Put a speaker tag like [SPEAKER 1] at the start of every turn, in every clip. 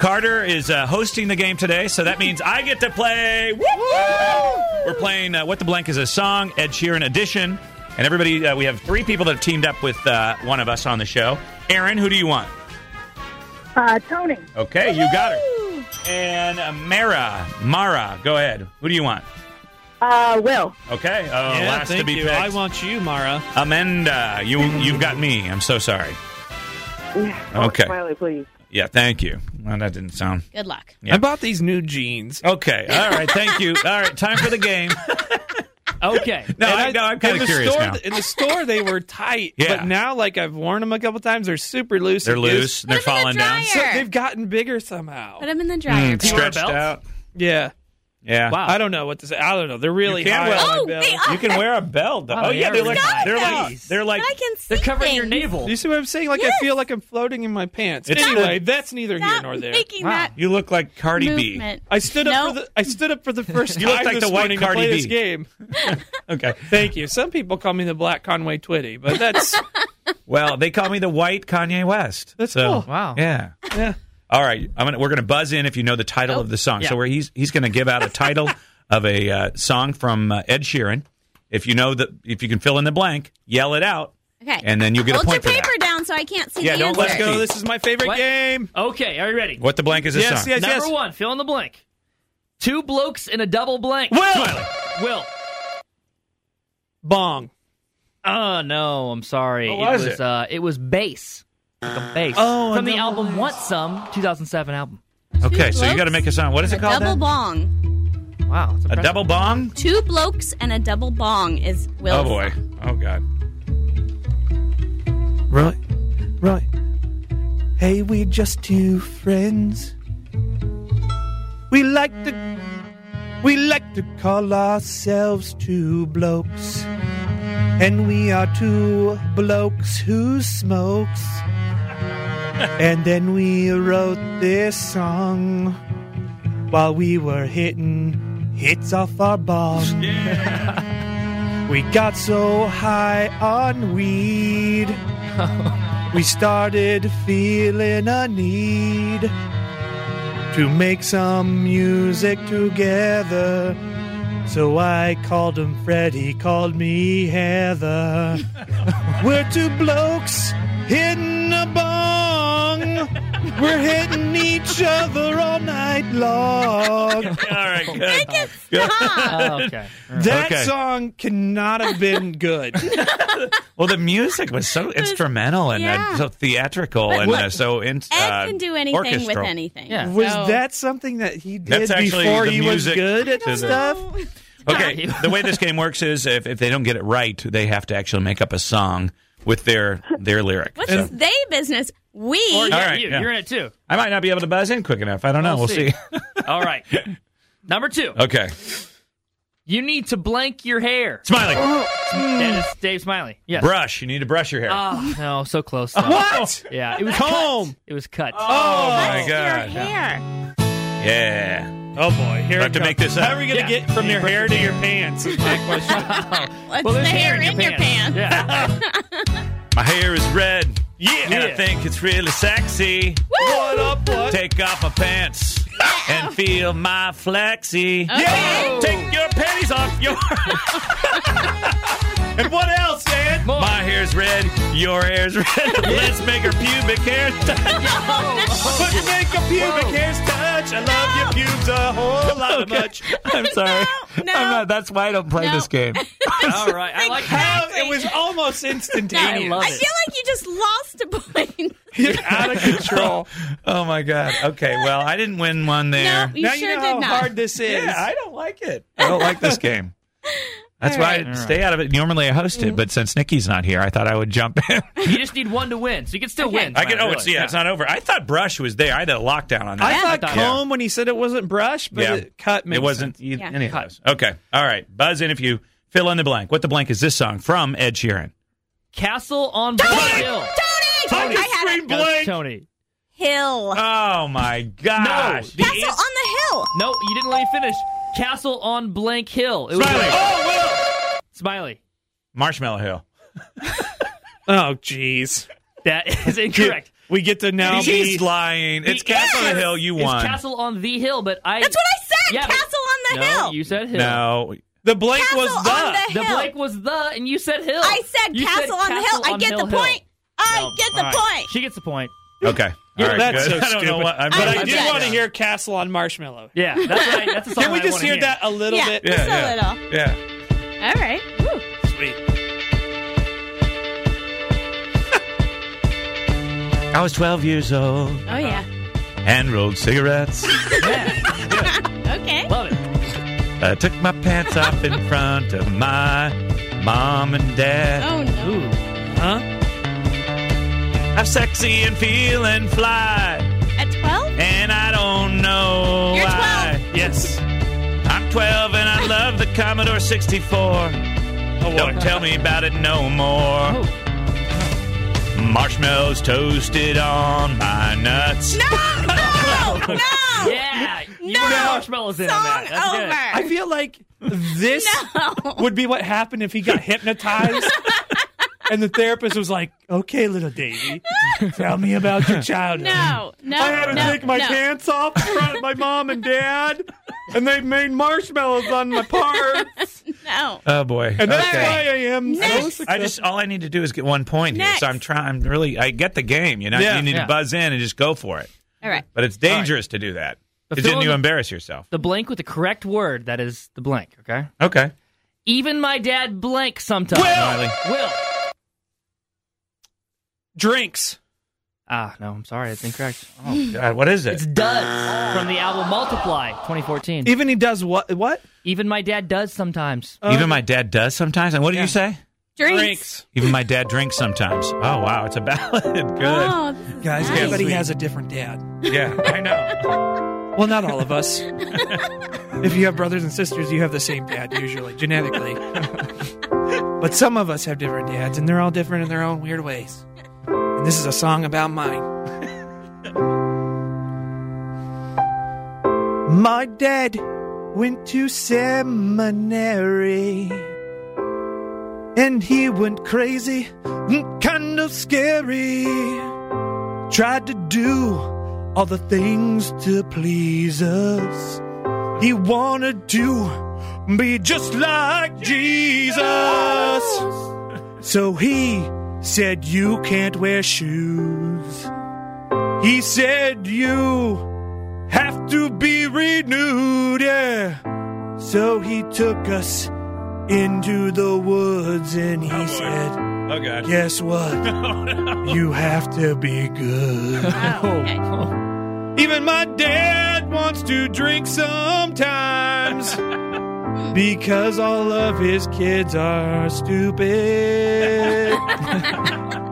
[SPEAKER 1] Carter is uh, hosting the game today, so that means I get to play. Woo! We're playing uh, What the Blank is a Song, Ed Sheeran Edition. And everybody, uh, we have three people that have teamed up with uh, one of us on the show. Aaron, who do you want?
[SPEAKER 2] Uh, Tony.
[SPEAKER 1] Okay, you got her. And uh, Mara, Mara, go ahead. Who do you want?
[SPEAKER 2] Uh, Will.
[SPEAKER 1] Okay, uh,
[SPEAKER 3] yeah,
[SPEAKER 1] last
[SPEAKER 3] thank
[SPEAKER 1] to be
[SPEAKER 3] you.
[SPEAKER 1] picked.
[SPEAKER 3] I want you, Mara.
[SPEAKER 1] Amanda, you you've got me. I'm so sorry. Okay.
[SPEAKER 2] Smiley, please.
[SPEAKER 1] Yeah, thank you. Well, that didn't sound
[SPEAKER 4] Good luck.
[SPEAKER 1] Yeah.
[SPEAKER 3] I bought these new jeans.
[SPEAKER 1] okay. All right, thank you. All right, time for the game.
[SPEAKER 3] Okay.
[SPEAKER 1] No,
[SPEAKER 3] And
[SPEAKER 1] I- no, I'm kinda
[SPEAKER 3] in the
[SPEAKER 1] curious
[SPEAKER 3] store,
[SPEAKER 1] now.
[SPEAKER 3] In the store, they were tight,
[SPEAKER 1] Yeah.
[SPEAKER 3] but now, like I've worn them a couple times, they're super loose.
[SPEAKER 1] They're
[SPEAKER 3] and loose.
[SPEAKER 1] loose. and They're
[SPEAKER 4] Put 'em in
[SPEAKER 1] falling
[SPEAKER 4] the
[SPEAKER 1] down.
[SPEAKER 3] So
[SPEAKER 4] Sure.
[SPEAKER 3] they've gotten bigger somehow.
[SPEAKER 4] Put them in the dryer.
[SPEAKER 1] Mm, stretched
[SPEAKER 3] belt?
[SPEAKER 1] out.
[SPEAKER 3] Yeah.
[SPEAKER 1] Yeah.
[SPEAKER 3] Wow. I don't know what to say. I don't know. They're really
[SPEAKER 1] You can't
[SPEAKER 3] high
[SPEAKER 1] wear-
[SPEAKER 3] on my
[SPEAKER 4] oh,
[SPEAKER 3] bill.
[SPEAKER 4] they are.
[SPEAKER 1] You can wear a belt. though.
[SPEAKER 3] Wow,
[SPEAKER 1] oh yeah,
[SPEAKER 3] they
[SPEAKER 1] they're
[SPEAKER 3] are
[SPEAKER 1] like
[SPEAKER 3] really
[SPEAKER 1] they're
[SPEAKER 4] nice.
[SPEAKER 1] like they're like
[SPEAKER 4] I can see
[SPEAKER 5] They're covering your
[SPEAKER 4] things.
[SPEAKER 5] navel.
[SPEAKER 3] You see what I'm saying? Like I feel like I'm floating in my pants.
[SPEAKER 1] It's
[SPEAKER 3] anyway, that's neither here
[SPEAKER 4] Stop
[SPEAKER 3] nor there.
[SPEAKER 4] making that
[SPEAKER 1] you look like Cardi
[SPEAKER 4] movement.
[SPEAKER 3] I stood up for
[SPEAKER 4] Nope.
[SPEAKER 3] the I stood up for the first
[SPEAKER 1] You
[SPEAKER 3] time
[SPEAKER 1] look like
[SPEAKER 3] this
[SPEAKER 1] the white
[SPEAKER 3] morning
[SPEAKER 1] Cardi
[SPEAKER 3] to play
[SPEAKER 1] B.
[SPEAKER 3] this game.
[SPEAKER 1] B. Okay.
[SPEAKER 3] Thank you. Some people call me the Black Conway Twitty, but that's
[SPEAKER 1] Well, they call me the white Kanye West.
[SPEAKER 3] That's
[SPEAKER 1] so,
[SPEAKER 3] cool.
[SPEAKER 5] Wow.
[SPEAKER 1] Yeah.
[SPEAKER 3] yeah.
[SPEAKER 1] All right, I'm gonna, we're going to buzz in if you know the title of the song. So
[SPEAKER 5] yeah.
[SPEAKER 1] we're, he's he's going to give out a title of a uh, song from uh, Ed Sheeran. If you know the if you can fill in the blank, yell it out.
[SPEAKER 4] Okay.
[SPEAKER 1] And then you get a
[SPEAKER 4] Hold
[SPEAKER 1] point
[SPEAKER 4] your
[SPEAKER 1] for that.
[SPEAKER 4] paper down so I can't see
[SPEAKER 1] Yeah,
[SPEAKER 4] the
[SPEAKER 1] don't
[SPEAKER 4] answer.
[SPEAKER 1] let
[SPEAKER 3] Let's go.
[SPEAKER 1] Keith.
[SPEAKER 3] This is my favorite
[SPEAKER 5] What?
[SPEAKER 3] game.
[SPEAKER 5] Okay, are you ready?
[SPEAKER 1] What the blank is this
[SPEAKER 3] Yes,
[SPEAKER 1] song?
[SPEAKER 3] yes,
[SPEAKER 5] Number
[SPEAKER 3] yes.
[SPEAKER 5] one, fill in the blank. Two blokes in a double blank.
[SPEAKER 3] Will
[SPEAKER 5] Will.
[SPEAKER 3] Bong.
[SPEAKER 5] Oh no, I'm sorry.
[SPEAKER 1] What was
[SPEAKER 5] it was
[SPEAKER 1] it?
[SPEAKER 5] uh it was bass. Like a bass.
[SPEAKER 3] Oh,
[SPEAKER 5] From the
[SPEAKER 3] another
[SPEAKER 5] album Want Some, 2007 album.
[SPEAKER 1] Okay,
[SPEAKER 4] Two
[SPEAKER 1] so you
[SPEAKER 4] blokes,
[SPEAKER 1] got to make a song. What is
[SPEAKER 4] A
[SPEAKER 1] it called?
[SPEAKER 4] double
[SPEAKER 1] then?
[SPEAKER 4] bong.
[SPEAKER 5] Wow. that's
[SPEAKER 1] A
[SPEAKER 5] impressive.
[SPEAKER 1] double bong?
[SPEAKER 4] Two blokes and a double bong is Will's.
[SPEAKER 1] Oh boy. Oh god.
[SPEAKER 3] Right. Right. Hey, we're just two friends. We like to we like to call ourselves two blokes. And we are two blokes who smokes. and then we wrote this song while we were hitting hits off our bong. We got so high on weed. We started feeling a need to make some music together. So I called him Fred, he called me Heather. We're two blokes hitting a bong. We're hitting each other all night long.
[SPEAKER 1] All right. Good.
[SPEAKER 4] Stop.
[SPEAKER 5] Oh, okay.
[SPEAKER 3] That
[SPEAKER 1] Okay.
[SPEAKER 3] song cannot have been good.
[SPEAKER 1] Well, the music was so instrumental and uh,
[SPEAKER 4] yeah.
[SPEAKER 1] so theatrical
[SPEAKER 4] But
[SPEAKER 1] and
[SPEAKER 4] look,
[SPEAKER 1] uh, so in,
[SPEAKER 4] Ed
[SPEAKER 1] uh,
[SPEAKER 4] can do anything with
[SPEAKER 1] orchestral.
[SPEAKER 4] anything.
[SPEAKER 5] Yeah.
[SPEAKER 3] Was
[SPEAKER 4] So-
[SPEAKER 3] that something that he did
[SPEAKER 1] That's actually
[SPEAKER 3] before
[SPEAKER 1] the
[SPEAKER 3] he was
[SPEAKER 1] music
[SPEAKER 3] good at
[SPEAKER 1] to the-
[SPEAKER 3] this stuff?
[SPEAKER 1] Okay,
[SPEAKER 5] Sorry.
[SPEAKER 1] the way this game works is if, if they don't get it right, they have to actually make up a song with their their lyric.
[SPEAKER 4] What's
[SPEAKER 1] So-
[SPEAKER 4] they business? We.
[SPEAKER 5] Or yeah,
[SPEAKER 1] All right,
[SPEAKER 5] you,
[SPEAKER 1] yeah.
[SPEAKER 5] you're in it too.
[SPEAKER 1] I might not be able to buzz in quick enough. I don't know. We'll,
[SPEAKER 5] We'll
[SPEAKER 1] see.
[SPEAKER 5] see. All right. Number two.
[SPEAKER 1] okay,
[SPEAKER 5] You need to blank your hair.
[SPEAKER 1] Smiley,
[SPEAKER 5] That is Dave Smiley. Yes.
[SPEAKER 1] brush. You need to brush your hair.
[SPEAKER 5] Oh no, so close. though.
[SPEAKER 3] What?
[SPEAKER 5] Yeah, it was
[SPEAKER 3] Comb.
[SPEAKER 5] Cut. It was cut.
[SPEAKER 1] oh
[SPEAKER 4] Your
[SPEAKER 1] my god!
[SPEAKER 4] hair.
[SPEAKER 1] Yeah.
[SPEAKER 3] Oh boy, here
[SPEAKER 1] I have to make this up.
[SPEAKER 3] How are we gonna
[SPEAKER 5] Yeah.
[SPEAKER 3] get from your hair to your pants? Is my question.
[SPEAKER 4] What's
[SPEAKER 5] Well,
[SPEAKER 4] the
[SPEAKER 5] there's
[SPEAKER 4] hair in your pants?
[SPEAKER 5] Yeah.
[SPEAKER 1] My hair is red. Yeah, and I
[SPEAKER 5] Yeah.
[SPEAKER 1] think it's really sexy.
[SPEAKER 3] what up? What?
[SPEAKER 1] Take off my pants and feel my flexi.
[SPEAKER 3] Yeah.
[SPEAKER 1] Take your panties off your.
[SPEAKER 3] And what else, man?
[SPEAKER 5] More.
[SPEAKER 1] My hair's red, your hair's red. Let's make her pubic hair touch.
[SPEAKER 3] Put your makeup, pubic hairs touch. I love your pubes a whole lot of much.
[SPEAKER 1] I'm sorry.
[SPEAKER 4] No,
[SPEAKER 1] I'm
[SPEAKER 4] no.
[SPEAKER 1] not, that's why I don't play
[SPEAKER 4] No.
[SPEAKER 1] this game.
[SPEAKER 5] All right. I like that.
[SPEAKER 3] How it was almost instantaneous.
[SPEAKER 5] love
[SPEAKER 4] I
[SPEAKER 5] it.
[SPEAKER 4] feel like you just lost a point.
[SPEAKER 3] You're out of control.
[SPEAKER 1] Oh my god. Okay. Well, I didn't win one there.
[SPEAKER 4] No, you
[SPEAKER 3] now
[SPEAKER 4] sure
[SPEAKER 3] you know
[SPEAKER 4] did
[SPEAKER 3] how
[SPEAKER 4] not.
[SPEAKER 3] hard this is.
[SPEAKER 1] yeah, I don't like it. I don't like this game. That's why I stay out of it. Normally I host
[SPEAKER 4] Mm.
[SPEAKER 1] it, but since Nikki's not here, I thought I would jump in.
[SPEAKER 5] You just need one to win, so you can still win.
[SPEAKER 1] I can.
[SPEAKER 5] Smiley,
[SPEAKER 1] Oh, it's
[SPEAKER 5] really.
[SPEAKER 1] yeah, it's not over. I thought Brush was there. I had a lockdown on
[SPEAKER 3] I
[SPEAKER 1] that.
[SPEAKER 3] thought
[SPEAKER 5] thought-
[SPEAKER 3] comb when he said it wasn't brush, but
[SPEAKER 1] Yeah.
[SPEAKER 3] it cut.
[SPEAKER 1] it
[SPEAKER 3] makes
[SPEAKER 1] wasn't
[SPEAKER 3] sense.
[SPEAKER 1] e-
[SPEAKER 4] Yeah.
[SPEAKER 1] any of those. Okay. All right. Buzz in if you fill in the blank. What the blank is this song from Ed Sheeran?
[SPEAKER 5] Castle on Blank Hill.
[SPEAKER 4] Tony! I had it.
[SPEAKER 5] That's Tony.
[SPEAKER 4] Hill.
[SPEAKER 5] Uh,
[SPEAKER 1] Oh my gosh.
[SPEAKER 5] The
[SPEAKER 4] Castle
[SPEAKER 5] ans-
[SPEAKER 4] on the hill.
[SPEAKER 5] No, you didn't let me finish. Castle on Blank Hill. It was
[SPEAKER 1] Smiley.
[SPEAKER 3] Oh,
[SPEAKER 5] Smiley.
[SPEAKER 1] Marshmallow Hill.
[SPEAKER 3] Oh, jeez.
[SPEAKER 5] That is incorrect.
[SPEAKER 3] We get to now
[SPEAKER 1] He's
[SPEAKER 3] be.
[SPEAKER 1] lying. It's Castle on the Hill. You
[SPEAKER 5] It's
[SPEAKER 1] won.
[SPEAKER 5] Castle on the Hill, but I.
[SPEAKER 4] That's what I said.
[SPEAKER 5] Yeah, but-
[SPEAKER 4] Castle on the
[SPEAKER 5] no,
[SPEAKER 4] hill.
[SPEAKER 5] you said Hill.
[SPEAKER 1] no.
[SPEAKER 3] The blank
[SPEAKER 4] Castle
[SPEAKER 3] was
[SPEAKER 4] on
[SPEAKER 3] the.
[SPEAKER 4] the,
[SPEAKER 5] The
[SPEAKER 4] hill.
[SPEAKER 5] Blake was the, and you said Hill.
[SPEAKER 4] I said
[SPEAKER 5] You
[SPEAKER 4] castle on the hill.
[SPEAKER 5] Castle
[SPEAKER 4] I
[SPEAKER 5] on
[SPEAKER 4] get
[SPEAKER 5] Hill,
[SPEAKER 4] the point. I
[SPEAKER 5] No.
[SPEAKER 4] get the
[SPEAKER 3] All right.
[SPEAKER 4] point.
[SPEAKER 5] She gets the point.
[SPEAKER 1] Okay.
[SPEAKER 3] Yeah,
[SPEAKER 1] All right,
[SPEAKER 3] that's
[SPEAKER 1] good.
[SPEAKER 3] so
[SPEAKER 1] I don't know
[SPEAKER 3] stupid.
[SPEAKER 1] what. I'm
[SPEAKER 3] But
[SPEAKER 1] really
[SPEAKER 3] I do
[SPEAKER 1] upset.
[SPEAKER 4] Yeah.
[SPEAKER 3] want to hear Castle on Marshmallow.
[SPEAKER 5] Yeah, that's what I, that's the song
[SPEAKER 3] Can we
[SPEAKER 5] I
[SPEAKER 3] just
[SPEAKER 5] wanna
[SPEAKER 3] hear
[SPEAKER 5] hear
[SPEAKER 3] that a little
[SPEAKER 4] Yeah.
[SPEAKER 3] bit?
[SPEAKER 4] Yeah. Just a
[SPEAKER 1] yeah. yeah.
[SPEAKER 4] All right. Woo.
[SPEAKER 3] Sweet.
[SPEAKER 1] I was 12 years old
[SPEAKER 4] Oh yeah.
[SPEAKER 1] and rolled cigarettes.
[SPEAKER 4] Okay.
[SPEAKER 5] Love it.
[SPEAKER 1] I took my pants off in front of my mom and dad.
[SPEAKER 4] Oh no.
[SPEAKER 5] Ooh.
[SPEAKER 3] Huh?
[SPEAKER 1] I'm sexy and feeling fly,
[SPEAKER 4] At twelve?
[SPEAKER 1] and I don't know
[SPEAKER 4] You're
[SPEAKER 1] why.
[SPEAKER 3] Yes.
[SPEAKER 1] I'm 12 and I love the Commodore 64.
[SPEAKER 3] Oh, boy.
[SPEAKER 1] Don't tell me about it no more.
[SPEAKER 5] Oh.
[SPEAKER 1] Marshmallows toasted on my nuts.
[SPEAKER 4] No. No. No.
[SPEAKER 5] Yeah. You
[SPEAKER 4] No.
[SPEAKER 5] put marshmallows in on that.
[SPEAKER 4] Song
[SPEAKER 5] That's good.
[SPEAKER 3] I feel like this
[SPEAKER 4] No.
[SPEAKER 3] would be what happened if he got hypnotized. And the therapist was like, "Okay, little Davy, tell me about your childhood."
[SPEAKER 4] No. No.
[SPEAKER 3] I had to
[SPEAKER 4] no,
[SPEAKER 3] take my
[SPEAKER 4] no.
[SPEAKER 3] pants off in front of my mom and dad, and they made marshmallows on my parts,
[SPEAKER 4] No.
[SPEAKER 1] Oh boy.
[SPEAKER 3] and that's
[SPEAKER 1] okay.
[SPEAKER 3] why I am. so
[SPEAKER 4] Next.
[SPEAKER 3] successful.
[SPEAKER 1] I just all I need to do is get one point here.
[SPEAKER 4] Next.
[SPEAKER 1] So I'm trying. I'm really. I get the game. You know,
[SPEAKER 3] Yeah.
[SPEAKER 1] you need
[SPEAKER 5] Yeah.
[SPEAKER 1] to buzz in and just go for it.
[SPEAKER 4] All right.
[SPEAKER 1] But it's dangerous to do that.
[SPEAKER 5] But
[SPEAKER 1] Because then
[SPEAKER 5] fill in
[SPEAKER 1] you
[SPEAKER 5] the-
[SPEAKER 1] embarrass yourself.
[SPEAKER 5] The blank with the correct word. That is the blank. Okay.
[SPEAKER 1] Okay.
[SPEAKER 5] Even my dad blank sometimes.
[SPEAKER 1] Will!
[SPEAKER 5] Will.
[SPEAKER 3] drinks.
[SPEAKER 5] Ah, no. I'm sorry. That's incorrect.
[SPEAKER 1] Oh God, what is
[SPEAKER 5] It's
[SPEAKER 1] it?
[SPEAKER 5] does from the album Multiply 2014.
[SPEAKER 3] Even he does what? What
[SPEAKER 5] Even my dad does sometimes.
[SPEAKER 1] Even my dad does sometimes. And what do you say?
[SPEAKER 4] Drinks.
[SPEAKER 3] drinks?
[SPEAKER 1] Even my dad drinks sometimes. Oh wow, it's a ballad. Good.
[SPEAKER 4] Oh, this is
[SPEAKER 3] Guys,
[SPEAKER 4] nice.
[SPEAKER 3] everybody has a different dad.
[SPEAKER 1] Yeah, I know.
[SPEAKER 3] Well, not all of us. if you have brothers and sisters, you have the same dad usually, genetically. but some of us have different dads, and they're all different in their own weird ways. And this is a song about mine. My dad went to seminary. And he went crazy, mm, kind of scary. Tried to do all the things to please us. He wanted to be just like Jesus. So he said, You can't wear shoes. He said, You have to be renewed. Yeah. So he took us into the woods and he said,
[SPEAKER 1] Oh God.
[SPEAKER 3] Guess what? You have to be good.
[SPEAKER 4] Oh, okay.
[SPEAKER 3] Even my dad wants to drink sometimes because all of his kids are stupid.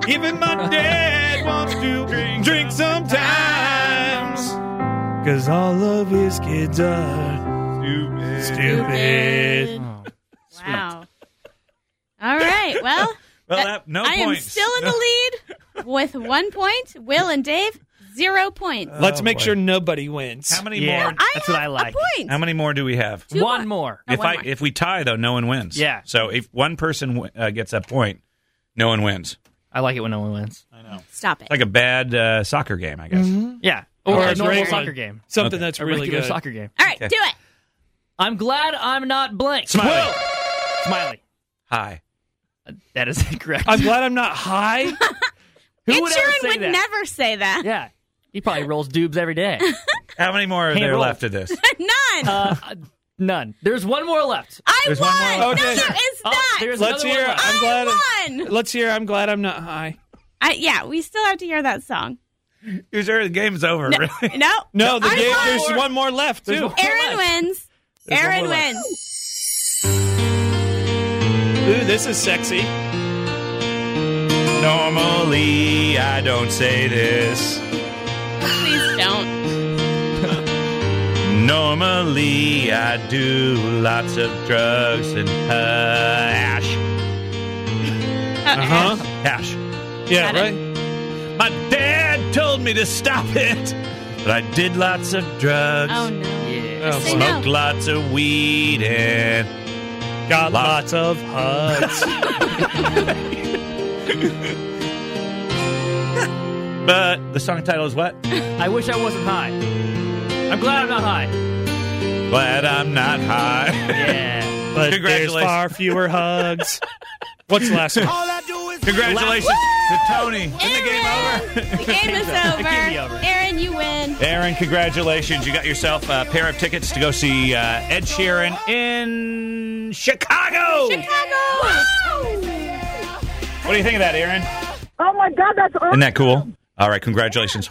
[SPEAKER 3] Even my dad wants to drink, sometimes because all of his kids are stupid.
[SPEAKER 5] Oh.
[SPEAKER 4] Wow. All right. Well,
[SPEAKER 1] Well, that, no
[SPEAKER 4] I am
[SPEAKER 1] points.
[SPEAKER 4] still in the lead with one point. Will and Dave, zero points.
[SPEAKER 1] Let's make sure
[SPEAKER 3] nobody wins.
[SPEAKER 1] How many
[SPEAKER 5] Yeah.
[SPEAKER 1] more?
[SPEAKER 4] I
[SPEAKER 5] Uh, That's
[SPEAKER 4] have
[SPEAKER 5] what I like.
[SPEAKER 4] A point.
[SPEAKER 1] How many more do we have?
[SPEAKER 4] Two
[SPEAKER 5] One more.
[SPEAKER 4] No,
[SPEAKER 1] if
[SPEAKER 4] one
[SPEAKER 1] I
[SPEAKER 4] more.
[SPEAKER 1] if we tie though, no one wins.
[SPEAKER 5] Yeah.
[SPEAKER 1] So if one person w- uh, gets a point, no one wins.
[SPEAKER 5] I like it when no one wins.
[SPEAKER 4] Stop it.
[SPEAKER 1] Like a bad uh, soccer game, I guess.
[SPEAKER 4] Mm-hmm.
[SPEAKER 5] Yeah. Or
[SPEAKER 3] Okay.
[SPEAKER 5] a normal
[SPEAKER 3] Regular-
[SPEAKER 5] soccer game.
[SPEAKER 3] Something
[SPEAKER 1] Okay.
[SPEAKER 3] that's
[SPEAKER 5] A
[SPEAKER 3] really
[SPEAKER 5] regular
[SPEAKER 3] good.
[SPEAKER 5] soccer game.
[SPEAKER 4] All right,
[SPEAKER 1] Okay.
[SPEAKER 4] do it.
[SPEAKER 5] I'm glad I'm not blank.
[SPEAKER 1] Smiley.
[SPEAKER 5] Will. Smiley.
[SPEAKER 1] Hi.
[SPEAKER 5] That is incorrect.
[SPEAKER 3] I'm glad I'm not high.
[SPEAKER 5] Who
[SPEAKER 4] Ed
[SPEAKER 5] would ever
[SPEAKER 4] Sheeran
[SPEAKER 5] say
[SPEAKER 4] would
[SPEAKER 5] that?
[SPEAKER 4] never say that.
[SPEAKER 5] Yeah. He probably rolls dubs every day.
[SPEAKER 1] How many more are
[SPEAKER 5] Hey,
[SPEAKER 1] there
[SPEAKER 5] roll.
[SPEAKER 1] left of this?
[SPEAKER 4] None.
[SPEAKER 5] Uh, uh, none. There's one more left.
[SPEAKER 4] I won.
[SPEAKER 1] there's one more.
[SPEAKER 4] No,
[SPEAKER 3] Okay.
[SPEAKER 4] there is
[SPEAKER 5] Oh,
[SPEAKER 4] not.
[SPEAKER 5] there's
[SPEAKER 3] Let's
[SPEAKER 5] another one
[SPEAKER 3] hear it.
[SPEAKER 5] left.
[SPEAKER 3] I'm glad.
[SPEAKER 4] I won.
[SPEAKER 3] Let's hear. I'm glad I'm not high.
[SPEAKER 4] I, yeah, we still have to hear that song.
[SPEAKER 1] Who's there? The game's over. Really?
[SPEAKER 4] No.
[SPEAKER 3] No, the
[SPEAKER 4] I
[SPEAKER 3] game,
[SPEAKER 4] won.
[SPEAKER 3] there's one more left
[SPEAKER 5] There's
[SPEAKER 3] too.
[SPEAKER 5] one-
[SPEAKER 4] Aaron
[SPEAKER 5] left.
[SPEAKER 4] wins.
[SPEAKER 5] There's one
[SPEAKER 4] Aaron
[SPEAKER 5] more left.
[SPEAKER 4] wins.
[SPEAKER 3] Ooh, this is sexy.
[SPEAKER 1] Normally, I don't say this.
[SPEAKER 4] Please don't.
[SPEAKER 1] Normally, I do lots of drugs and hash.
[SPEAKER 4] Uh-huh.
[SPEAKER 1] Hash.
[SPEAKER 3] Yeah,
[SPEAKER 4] Got
[SPEAKER 3] right.
[SPEAKER 4] it.
[SPEAKER 1] My dad told me to stop it, but I did lots of drugs.
[SPEAKER 4] Oh no.
[SPEAKER 5] Yeah.
[SPEAKER 3] Oh,
[SPEAKER 4] Say
[SPEAKER 3] boy.
[SPEAKER 1] Smoked
[SPEAKER 4] no.
[SPEAKER 1] lots of weed and
[SPEAKER 3] Got
[SPEAKER 1] Lots
[SPEAKER 3] lots of hugs.
[SPEAKER 1] But the song title is what?
[SPEAKER 5] I wish I wasn't high. I'm glad I'm not high.
[SPEAKER 1] Glad I'm not high.
[SPEAKER 5] Yeah.
[SPEAKER 3] But there's
[SPEAKER 1] Congratulations.
[SPEAKER 3] far fewer hugs. What's the last one?
[SPEAKER 1] Congratulations to Tony. Isn't the game over?
[SPEAKER 4] Aaron, the game is
[SPEAKER 5] The game is
[SPEAKER 4] over.
[SPEAKER 5] over.
[SPEAKER 4] Aaron, you win.
[SPEAKER 1] Aaron, congratulations. You got yourself a pair of tickets to go see uh, Ed Sheeran in Chicago.
[SPEAKER 4] Chicago.
[SPEAKER 1] What do you think of that, Aaron?
[SPEAKER 2] Oh my God, that's awesome.
[SPEAKER 1] Isn't that cool? All right, congratulations.